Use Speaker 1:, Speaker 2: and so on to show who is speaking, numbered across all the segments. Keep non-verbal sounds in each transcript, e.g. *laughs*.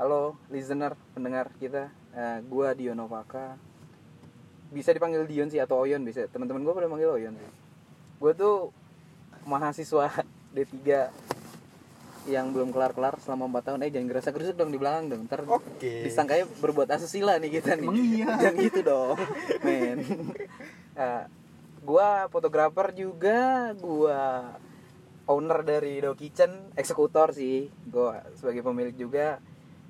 Speaker 1: Halo listener, pendengar kita. Eh, gua Dion Novaka. Bisa dipanggil Dion sih atau Oyon bisa. Teman-teman gua pada manggil Oyon sih. Gua tuh mahasiswa D3 yang belum kelar-kelar selama 4 tahun. Eh jangan gerasa gerusuk dong di belakang dong. Ntar
Speaker 2: Oh, Oke.
Speaker 1: disangkanya berbuat asusila nih kita nih.
Speaker 2: Emang iya.
Speaker 1: *laughs* Jangan gitu dong,
Speaker 2: *laughs*
Speaker 1: men. Eh, gua fotografer juga, gua owner dari Do Kitchen, eksekutor sih. Gua sebagai pemilik juga.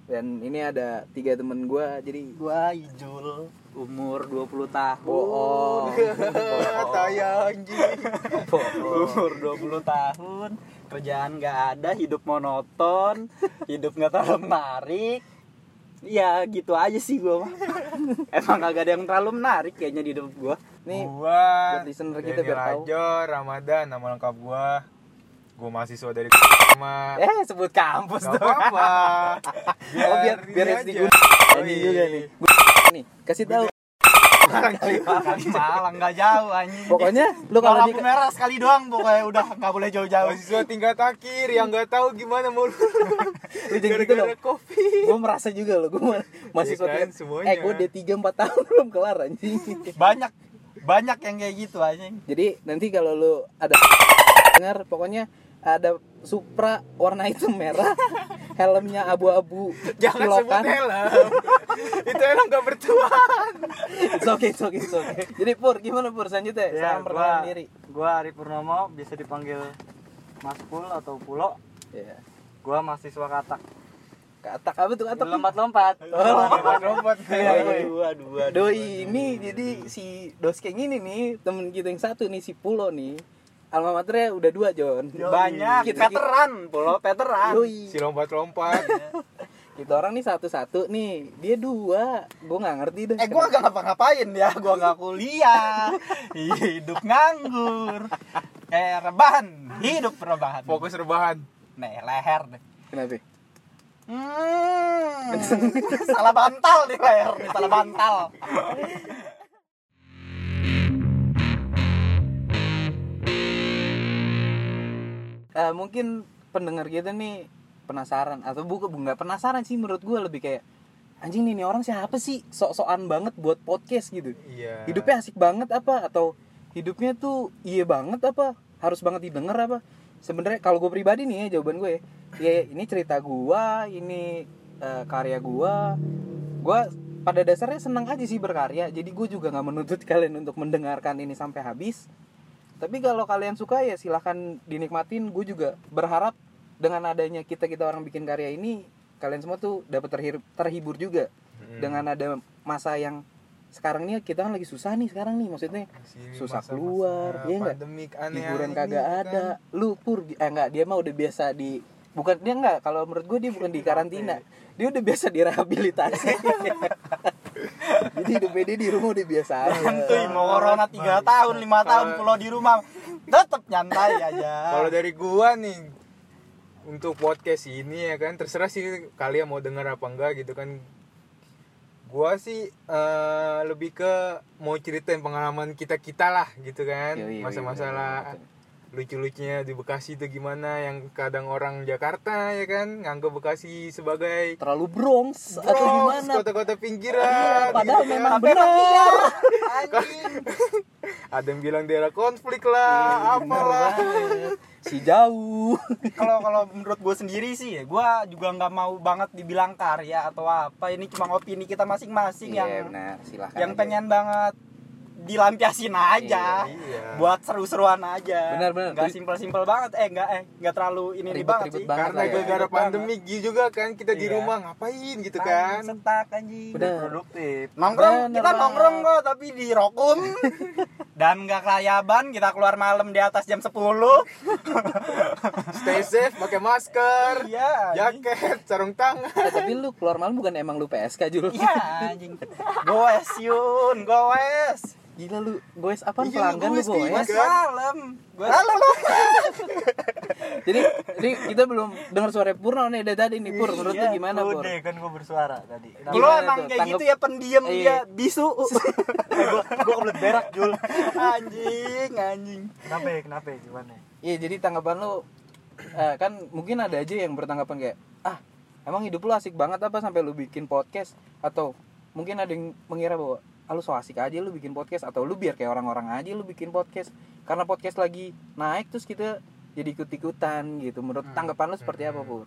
Speaker 1: Dan ini ada tiga temen gua, jadi
Speaker 2: Gua Ijul.
Speaker 3: Umur 20 tahun. Oh.
Speaker 4: Oh,
Speaker 1: bohong.
Speaker 4: *laughs*
Speaker 2: Taya anjing.
Speaker 1: bohong.
Speaker 3: *laughs* Umur 20 tahun. Kerjaan nggak ada, hidup monoton, hidup nggak terlalu menarik. Ya gitu aja sih gua mah.
Speaker 4: *laughs*
Speaker 3: Emang kagak ada yang terlalu menarik kayaknya di hidup gua
Speaker 1: Nih
Speaker 4: gua
Speaker 1: buat listener kita
Speaker 4: Denny
Speaker 1: biar tahu.
Speaker 4: Rajo, Ramadan nama lengkap gua gua mahasiswa dari sama
Speaker 1: eh sebut kampus
Speaker 4: Gak
Speaker 1: dong.
Speaker 4: Oh. apa-apa
Speaker 1: Oh, biar
Speaker 4: ini
Speaker 1: biar
Speaker 4: aja. Oh, iya.
Speaker 1: SD gua ini juga nih. Nih, kasih tahu.
Speaker 3: Kali Malang nggak jauh anjing.
Speaker 1: Pokoknya lu
Speaker 2: Kalau
Speaker 1: kalau di
Speaker 2: lampu merah sekali doang pokoknya udah nggak boleh jauh-jauh.
Speaker 4: *laughs* Mahasiswa tingkat akhir yang gak tahu gimana mau
Speaker 1: Lu jangan gitu
Speaker 4: gara-gara
Speaker 1: dong.
Speaker 4: kopi
Speaker 1: gue merasa juga loh gue masih
Speaker 4: Iya kan,
Speaker 1: tingkat
Speaker 4: semuanya.
Speaker 1: eh gue D3 4 tahun belum kelar
Speaker 4: *laughs*
Speaker 1: anjing
Speaker 2: Banyak banyak yang kayak gitu anjing.
Speaker 1: jadi nanti kalau lu ada dengar pokoknya ada Supra warna itu
Speaker 4: *laughs*
Speaker 1: merah helmnya abu-abu
Speaker 4: Jangan sebut
Speaker 1: kilokan
Speaker 4: helm Kan Itu helm gak bertuan
Speaker 1: it's okay, it's okay, it's okay. jadi Pur gimana Pur selanjutnya
Speaker 3: Ya,
Speaker 1: salam perkenalan
Speaker 3: gua,
Speaker 1: diri
Speaker 3: gua Ari Purnomo, bisa dipanggil Mas Pul atau Pulo.
Speaker 1: ya.
Speaker 3: Gua mahasiswa katak.
Speaker 1: katak apa tuh katak Oh,
Speaker 3: Lompat-lompat.
Speaker 2: Oh,
Speaker 4: Robot
Speaker 3: Iya, Oh, Dua, dua, dua.
Speaker 1: Iya, Doi ini jadi si Doskeng ini nih temen kita yang satu nih si Pulo nih alma maternya udah dua John
Speaker 3: Banyak.
Speaker 1: kita, kita,
Speaker 3: Veteran, Pulo, veteran.
Speaker 1: Doi.
Speaker 4: Si lompat-lompat
Speaker 1: Kita orang nih satu-satu nih, dia dua. Gue nggak ngerti deh.
Speaker 2: Eh gua nggak ngapa-ngapain ya, gua nggak kuliah, hidup nganggur, kayak rebahan, hidup rebahan.
Speaker 4: Fokus rebahan
Speaker 2: Nih leher deh.
Speaker 1: Kenapa?
Speaker 2: Hmm, salah bantal di leher, nih, salah bantal.
Speaker 1: Eh, mungkin pendengar kita nih penasaran atau bukan nggak penasaran sih menurut gue lebih kayak anjing nih, nih orang siapa sih sok-sokan banget buat podcast gitu.
Speaker 4: Iya
Speaker 1: Hidupnya asik banget apa atau hidupnya tuh iya banget apa harus banget didengar apa? Sebenarnya kalau gue pribadi nih ya jawaban gue ya ini cerita gue, ini eh, karya gue. Gue pada dasarnya senang aja sih berkarya. Jadi gue juga nggak menuntut *laughs* kalian untuk mendengarkan ini sampai habis. Tapi kalau kalian suka ya silahkan dinikmatin. Gue juga berharap dengan adanya kita kita orang bikin karya ini, kalian semua tuh dapat terhir- terhibur juga
Speaker 4: Mm.
Speaker 1: dengan ada masa yang sekarang nih kita kan lagi susah nih sekarang nih maksudnya
Speaker 4: Sini
Speaker 1: susah
Speaker 4: masa-masa
Speaker 1: keluar, iya nggak?
Speaker 4: Pandemik kan. aneh
Speaker 1: hiburan kagak ada. Lu pur eh enggak dia mah udah biasa di bukan dia enggak kalau menurut gue dia bukan di karantina. Dia udah biasa
Speaker 2: *laughs*
Speaker 1: direhabilitasi. Jadi hidupnya dia di rumah udah biasa aja.
Speaker 4: Iya.
Speaker 2: Santuy, mau corona 3 tahun, 5 tahun, pulau di rumah, tetep nyantai aja.
Speaker 1: Ah.
Speaker 4: Kalau dari gua nih untuk podcast ini ya kan terserah sih kalian mau denger apa enggak gitu kan. Gua sih eh, lebih ke mau ceritain pengalaman kita-kita lah gitu kan.
Speaker 1: Yoi, yoi,
Speaker 4: Masa-masa
Speaker 1: bener,
Speaker 4: lah lucu-lucunya di Bekasi itu gimana yang kadang orang Jakarta ya kan nganggap Bekasi sebagai
Speaker 1: Terlalu brongs atau
Speaker 4: Bronx,
Speaker 1: gimana? Iya,
Speaker 4: kota-kota pinggiran
Speaker 1: Padahal
Speaker 4: gitu kan.
Speaker 1: memang
Speaker 2: ya,
Speaker 1: benar.
Speaker 4: ada yang bilang daerah konflik
Speaker 1: Iya,
Speaker 4: lah apalah
Speaker 1: Si jauh.
Speaker 2: kalau kalau menurut gue sendiri sih ya gue juga nggak mau banget dibilang karya atau apa ini cuma opini kita
Speaker 4: Iya,
Speaker 2: masing-masing yang
Speaker 1: Iya, benar, silahkan.
Speaker 2: yang
Speaker 1: aja.
Speaker 2: pengen banget dilampiasin aja
Speaker 4: Iya.
Speaker 2: buat seru-seruan aja
Speaker 1: Benar, benar.
Speaker 2: nggak
Speaker 1: Jadi-
Speaker 2: simpel-simpel banget eh nggak eh nggak terlalu ini
Speaker 1: Ribet-ribet
Speaker 2: ribet, banget sih
Speaker 1: banget
Speaker 4: karena
Speaker 1: lah ya.
Speaker 4: gara-gara
Speaker 2: Ribet banget.
Speaker 4: pandemi juga kan kita di
Speaker 2: Iya.
Speaker 4: rumah ngapain gitu kan
Speaker 2: Setak anjing.
Speaker 1: Benar.
Speaker 2: Nggak produktif. Nongkrong,
Speaker 1: Benar
Speaker 2: kita
Speaker 1: banget.
Speaker 2: nongkrong kok tapi di
Speaker 1: *laughs*
Speaker 2: rokum. Dan nggak kelayaban, kita keluar malam di atas jam 10.
Speaker 4: kan? stay safe pakai masker
Speaker 2: Iya.
Speaker 4: Ya.
Speaker 2: anjing.
Speaker 4: jaket sarung tangan
Speaker 1: Eh, tapi lu keluar malam bukan emang lu PSK jul?
Speaker 2: Iya anjing. Goes Yun, goes.
Speaker 1: Gila lu goes apa
Speaker 4: Iya,
Speaker 1: pelanggan lu
Speaker 4: goes, kayak
Speaker 1: goes?
Speaker 2: Goes
Speaker 4: Kan?
Speaker 2: malam. Goes malam.
Speaker 1: Jadi, jadi kita belum dengar suara Purna nih dari tadi nih Pur. Menurut lu gimana Pur?
Speaker 5: Udah kan gue bersuara tadi. Nah,
Speaker 2: Lo
Speaker 1: Gimana
Speaker 2: emang
Speaker 1: tuh?
Speaker 2: kayak
Speaker 1: Tanggep-
Speaker 2: gitu ya pendiam
Speaker 1: Iya.
Speaker 2: dia bisu.
Speaker 1: *laughs*
Speaker 5: gue gue kebelet berak Jul.
Speaker 2: anjing, anjing.
Speaker 5: Kenapa ya? Kenapa ya? Gimana? ya?
Speaker 1: Iya, jadi tanggapan lu eh, kan mungkin ada aja yang bertanggapan kayak ah Emang hidup lu asik banget apa sampai lu bikin podcast atau mungkin ada yang mengira bahwa ah, lu so asik aja lu bikin podcast atau lu biar kayak orang-orang aja lu bikin podcast karena podcast lagi naik terus kita jadi ikut-ikutan gitu. Menurut
Speaker 5: Hmm.
Speaker 1: tanggapan lu seperti apa, Pur?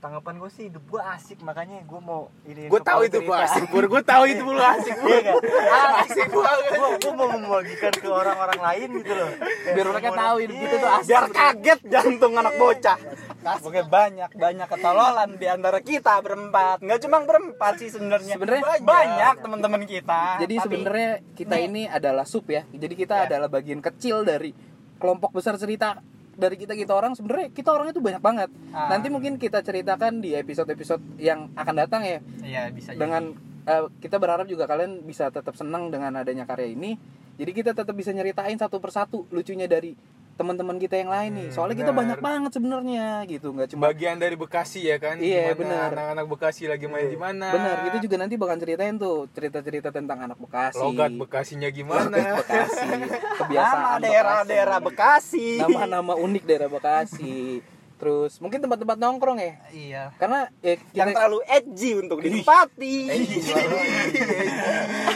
Speaker 5: Tanggapan gue sih hidup gue asik makanya gue mau ini.
Speaker 4: Gue tahu itu gua asik pur, gue tahu itu lu asik pur.
Speaker 5: Iya
Speaker 4: Asik banget.
Speaker 5: Gue gue kan? mau membagikan ke orang-orang lain gitu loh. Kayak
Speaker 1: Biar mereka
Speaker 5: semua-
Speaker 1: tahu hidup
Speaker 5: Iya,
Speaker 1: kita tuh asik.
Speaker 3: Biar kaget jantung anak
Speaker 2: Iya,
Speaker 3: bocah.
Speaker 2: Pokoknya banyak
Speaker 3: Banyak ketololan di antara kita berempat. Nggak cuma berempat sih sebenarnya.
Speaker 1: Sebenarnya
Speaker 3: banyak, teman-teman
Speaker 2: Ah,
Speaker 3: kita.
Speaker 1: Jadi
Speaker 3: Tapi
Speaker 1: sebenarnya kita ini adalah sub ya. Jadi kita adalah bagian kecil dari kelompok besar cerita dari kita kita orang sebenarnya kita orangnya tuh banyak banget.
Speaker 2: Ah.
Speaker 1: Nanti mungkin kita ceritakan di episode-episode yang akan datang ya.
Speaker 2: Iya bisa jadi.
Speaker 1: Dengan eh, kita berharap juga kalian bisa tetap senang dengan adanya karya ini. Jadi kita tetap bisa nyeritain satu persatu lucunya dari teman-teman kita yang lain nih.
Speaker 4: Hmm,
Speaker 1: Soalnya kita
Speaker 4: benar.
Speaker 1: banyak banget sebenarnya gitu, nggak cuma
Speaker 4: Bagian dari Bekasi ya kan?
Speaker 1: Iya,
Speaker 4: Gimana
Speaker 1: benar.
Speaker 4: Anak-anak Bekasi lagi main di mana?
Speaker 1: benar. Kita juga nanti bakal ceritain tuh cerita-cerita tentang anak Bekasi.
Speaker 4: Logat Bekasinya gimana?
Speaker 1: Bekasi,
Speaker 2: *laughs*
Speaker 1: kebiasaan
Speaker 3: nama
Speaker 1: Bekasi.
Speaker 3: daerah-daerah Bekasi.
Speaker 1: nama-nama unik daerah Bekasi terus mungkin tempat-tempat nongkrong ya
Speaker 2: Iya.
Speaker 1: karena ya,
Speaker 3: yang
Speaker 1: kita-
Speaker 3: terlalu edgy untuk ditempati.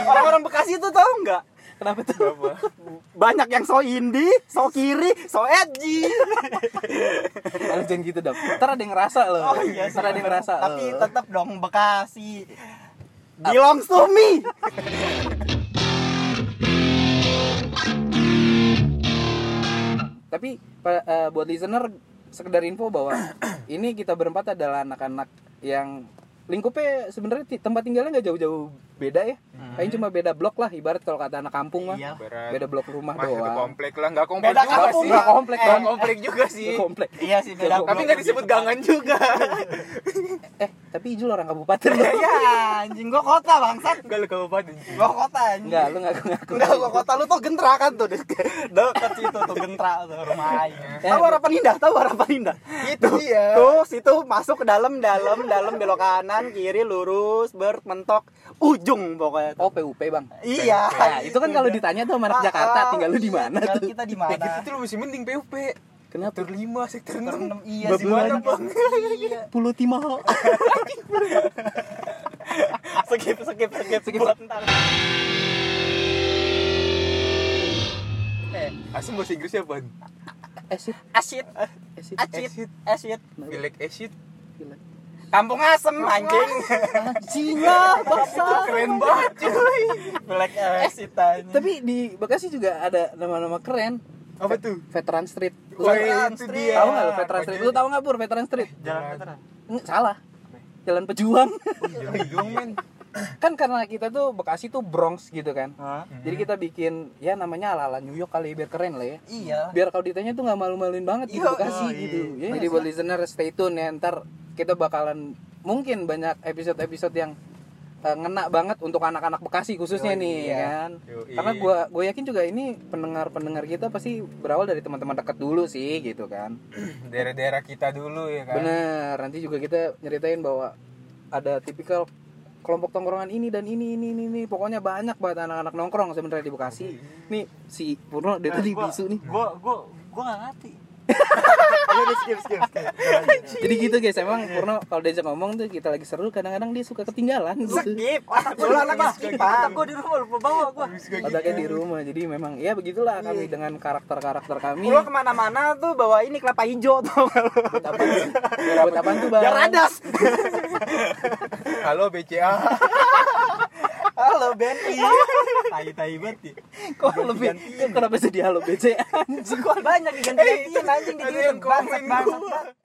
Speaker 3: Orang-orang Bekasi itu tahu nggak?
Speaker 1: kenapa tuh *laughs*
Speaker 3: Banyak yang so indie, so kiri, so edgy.
Speaker 1: Aduh, jangan gitu dong ntar ada yang ngerasa loh
Speaker 3: Oh,
Speaker 2: Oh,
Speaker 3: iya
Speaker 1: ntar ada yang ngerasa
Speaker 2: iya Tapi
Speaker 4: eh.
Speaker 1: loh.
Speaker 2: tetap dong Bekasi.
Speaker 3: Belongs to me.
Speaker 1: tapi pa- eh, buat listener sekedar info bahwa *clears throat* ini kita berempat adalah anak-anak yang lingkupnya sebenarnya ti- tempat tinggalnya nggak jauh-jauh beda ya paling cuma beda blok lah ibarat kalau kata anak kampung mah
Speaker 2: Hmm. Iya.
Speaker 4: Berat.
Speaker 1: beda blok rumah
Speaker 4: Masih itu
Speaker 1: doang
Speaker 4: komplek lah, nggak komplek
Speaker 2: Beda
Speaker 4: juga
Speaker 2: kampung,
Speaker 4: sih.
Speaker 1: nggak komplek,
Speaker 3: Eh,
Speaker 4: Nggak
Speaker 1: Bang.
Speaker 4: komplek juga sih.
Speaker 1: komplek
Speaker 2: Iya sih beda.
Speaker 4: Tapi
Speaker 2: blok.
Speaker 4: nggak disebut gangan juga.
Speaker 1: eh tapi Ijul orang kabupaten loh
Speaker 3: Iya,
Speaker 2: Ya anjing gua kota bangsat.
Speaker 4: Enggak lu kabupaten.
Speaker 2: Gua kota anjing.
Speaker 1: Enggak, lu ngaku-ngaku
Speaker 3: Enggak, kok kota lu tuh gentrakan tuh deket
Speaker 2: Deket situ tuh gentra tuh rumah aing.
Speaker 3: Tahu harapan indah, tahu harapan indah.
Speaker 4: Itu iya.
Speaker 3: Tuh situ masuk ke dalam, dalam, dalam belok kanan, kiri lurus, bermentok ujung pokoknya.
Speaker 1: Oh PUP bang.
Speaker 3: Iya.
Speaker 1: Nah, itu kan kalau ditanya tuh sama anak
Speaker 3: Ah,
Speaker 1: Jakarta
Speaker 3: ah,
Speaker 1: tinggal lu di mana
Speaker 2: Tinggal
Speaker 1: tuh?
Speaker 2: kita di
Speaker 4: Ya
Speaker 2: mana?
Speaker 4: gitu tuh lu masih mending PUP.
Speaker 1: Kenapa?
Speaker 4: Sektor 5, sektor 6.
Speaker 2: Enam, Iya
Speaker 1: Bab
Speaker 2: sih mana
Speaker 1: mana,
Speaker 2: *laughs*
Speaker 1: Bang? Iya. Pulau Timah.
Speaker 3: skip skip skip skip buat ntar
Speaker 2: Eh,
Speaker 4: Asam bahasa Inggrisnya apaan?
Speaker 1: Esit,
Speaker 3: asyik
Speaker 1: esit.
Speaker 3: acit
Speaker 4: Acit.
Speaker 3: asyik
Speaker 4: Pilek acid.
Speaker 1: Gila.
Speaker 3: kampung asem anjing
Speaker 1: Anjing lah, bangsa.
Speaker 4: Keren banget cuy.
Speaker 2: Black exit anjing.
Speaker 1: Tapi di Bekasi juga ada nama-nama keren.
Speaker 4: Apa tuh?
Speaker 1: Veteran Street.
Speaker 3: Oh,
Speaker 1: Lu
Speaker 4: Wah,
Speaker 1: tahu-
Speaker 4: itu
Speaker 3: iya.
Speaker 2: Street.
Speaker 4: dia.
Speaker 1: tahu nggak lu Veteran Street? Lu tahu nggak pur Veteran Street?
Speaker 5: Jalan veteran.
Speaker 1: Nggak, salah. Jalan Pejuang.
Speaker 4: Bingung men.
Speaker 1: kan karena kita tuh Bekasi tuh Bronx gitu kan.
Speaker 5: Hah?
Speaker 1: Jadi kita bikin ya namanya ala-ala New York kali biar keren lah ya.
Speaker 2: Iya.
Speaker 1: biar kalau ditanya tuh nggak malu-maluin banget di
Speaker 2: Iya,
Speaker 1: Bekasi
Speaker 5: oh, iya.
Speaker 1: gitu. Jadi buat listener stay tune ya ntar kita bakalan mungkin banyak episode-episode yang eh, ngena banget untuk anak-anak Bekasi khususnya nih
Speaker 2: iya.
Speaker 1: kan.
Speaker 4: Yoi.
Speaker 1: Karena gua gua yakin juga ini pendengar-pendengar kita pasti berawal dari teman-teman dekat dulu sih gitu kan.
Speaker 4: Daerah-daerah kita dulu ya kan.
Speaker 1: Bener, nanti juga kita nyeritain bahwa ada tipikal kelompok tongkrongan ini dan ini ini ini, ini. pokoknya banyak banget anak-anak nongkrong sebenarnya di Bekasi. Nih si Purno dari tadi
Speaker 5: Gua-
Speaker 1: bisu nih.
Speaker 5: Gua gua gua nggak
Speaker 4: *laughs*
Speaker 5: ngerti. Iya, udah skip skip skip.
Speaker 1: Jadi gitu guys, emang Purno kalau diajak ngomong tuh kita lagi seru, kadang-kadang dia suka ketinggalan gitu.
Speaker 3: skip lu anak
Speaker 5: Mantap
Speaker 3: skipan
Speaker 5: gua di rumah lupa bawa gua.
Speaker 1: Otaknya di rumah, jadi memang ya begitulah kami dengan karakter-karakter kami.
Speaker 3: lu kemana-mana tuh bawa ini kelapa hijau tuh
Speaker 1: Buat apa sih? Buat apaan tuh bang?
Speaker 3: biar adas
Speaker 4: Halo BCA.
Speaker 2: Halo *laughs* Benny. Tai tai banget.
Speaker 1: Kok lebih? Kok kenapa jadi halo BC?
Speaker 2: Sekolah banyak diganti-gantiin anjing di
Speaker 4: Ada
Speaker 2: Twitter.
Speaker 4: yang komen
Speaker 2: Bangsat bangsat.
Speaker 4: gua.
Speaker 2: bangsat.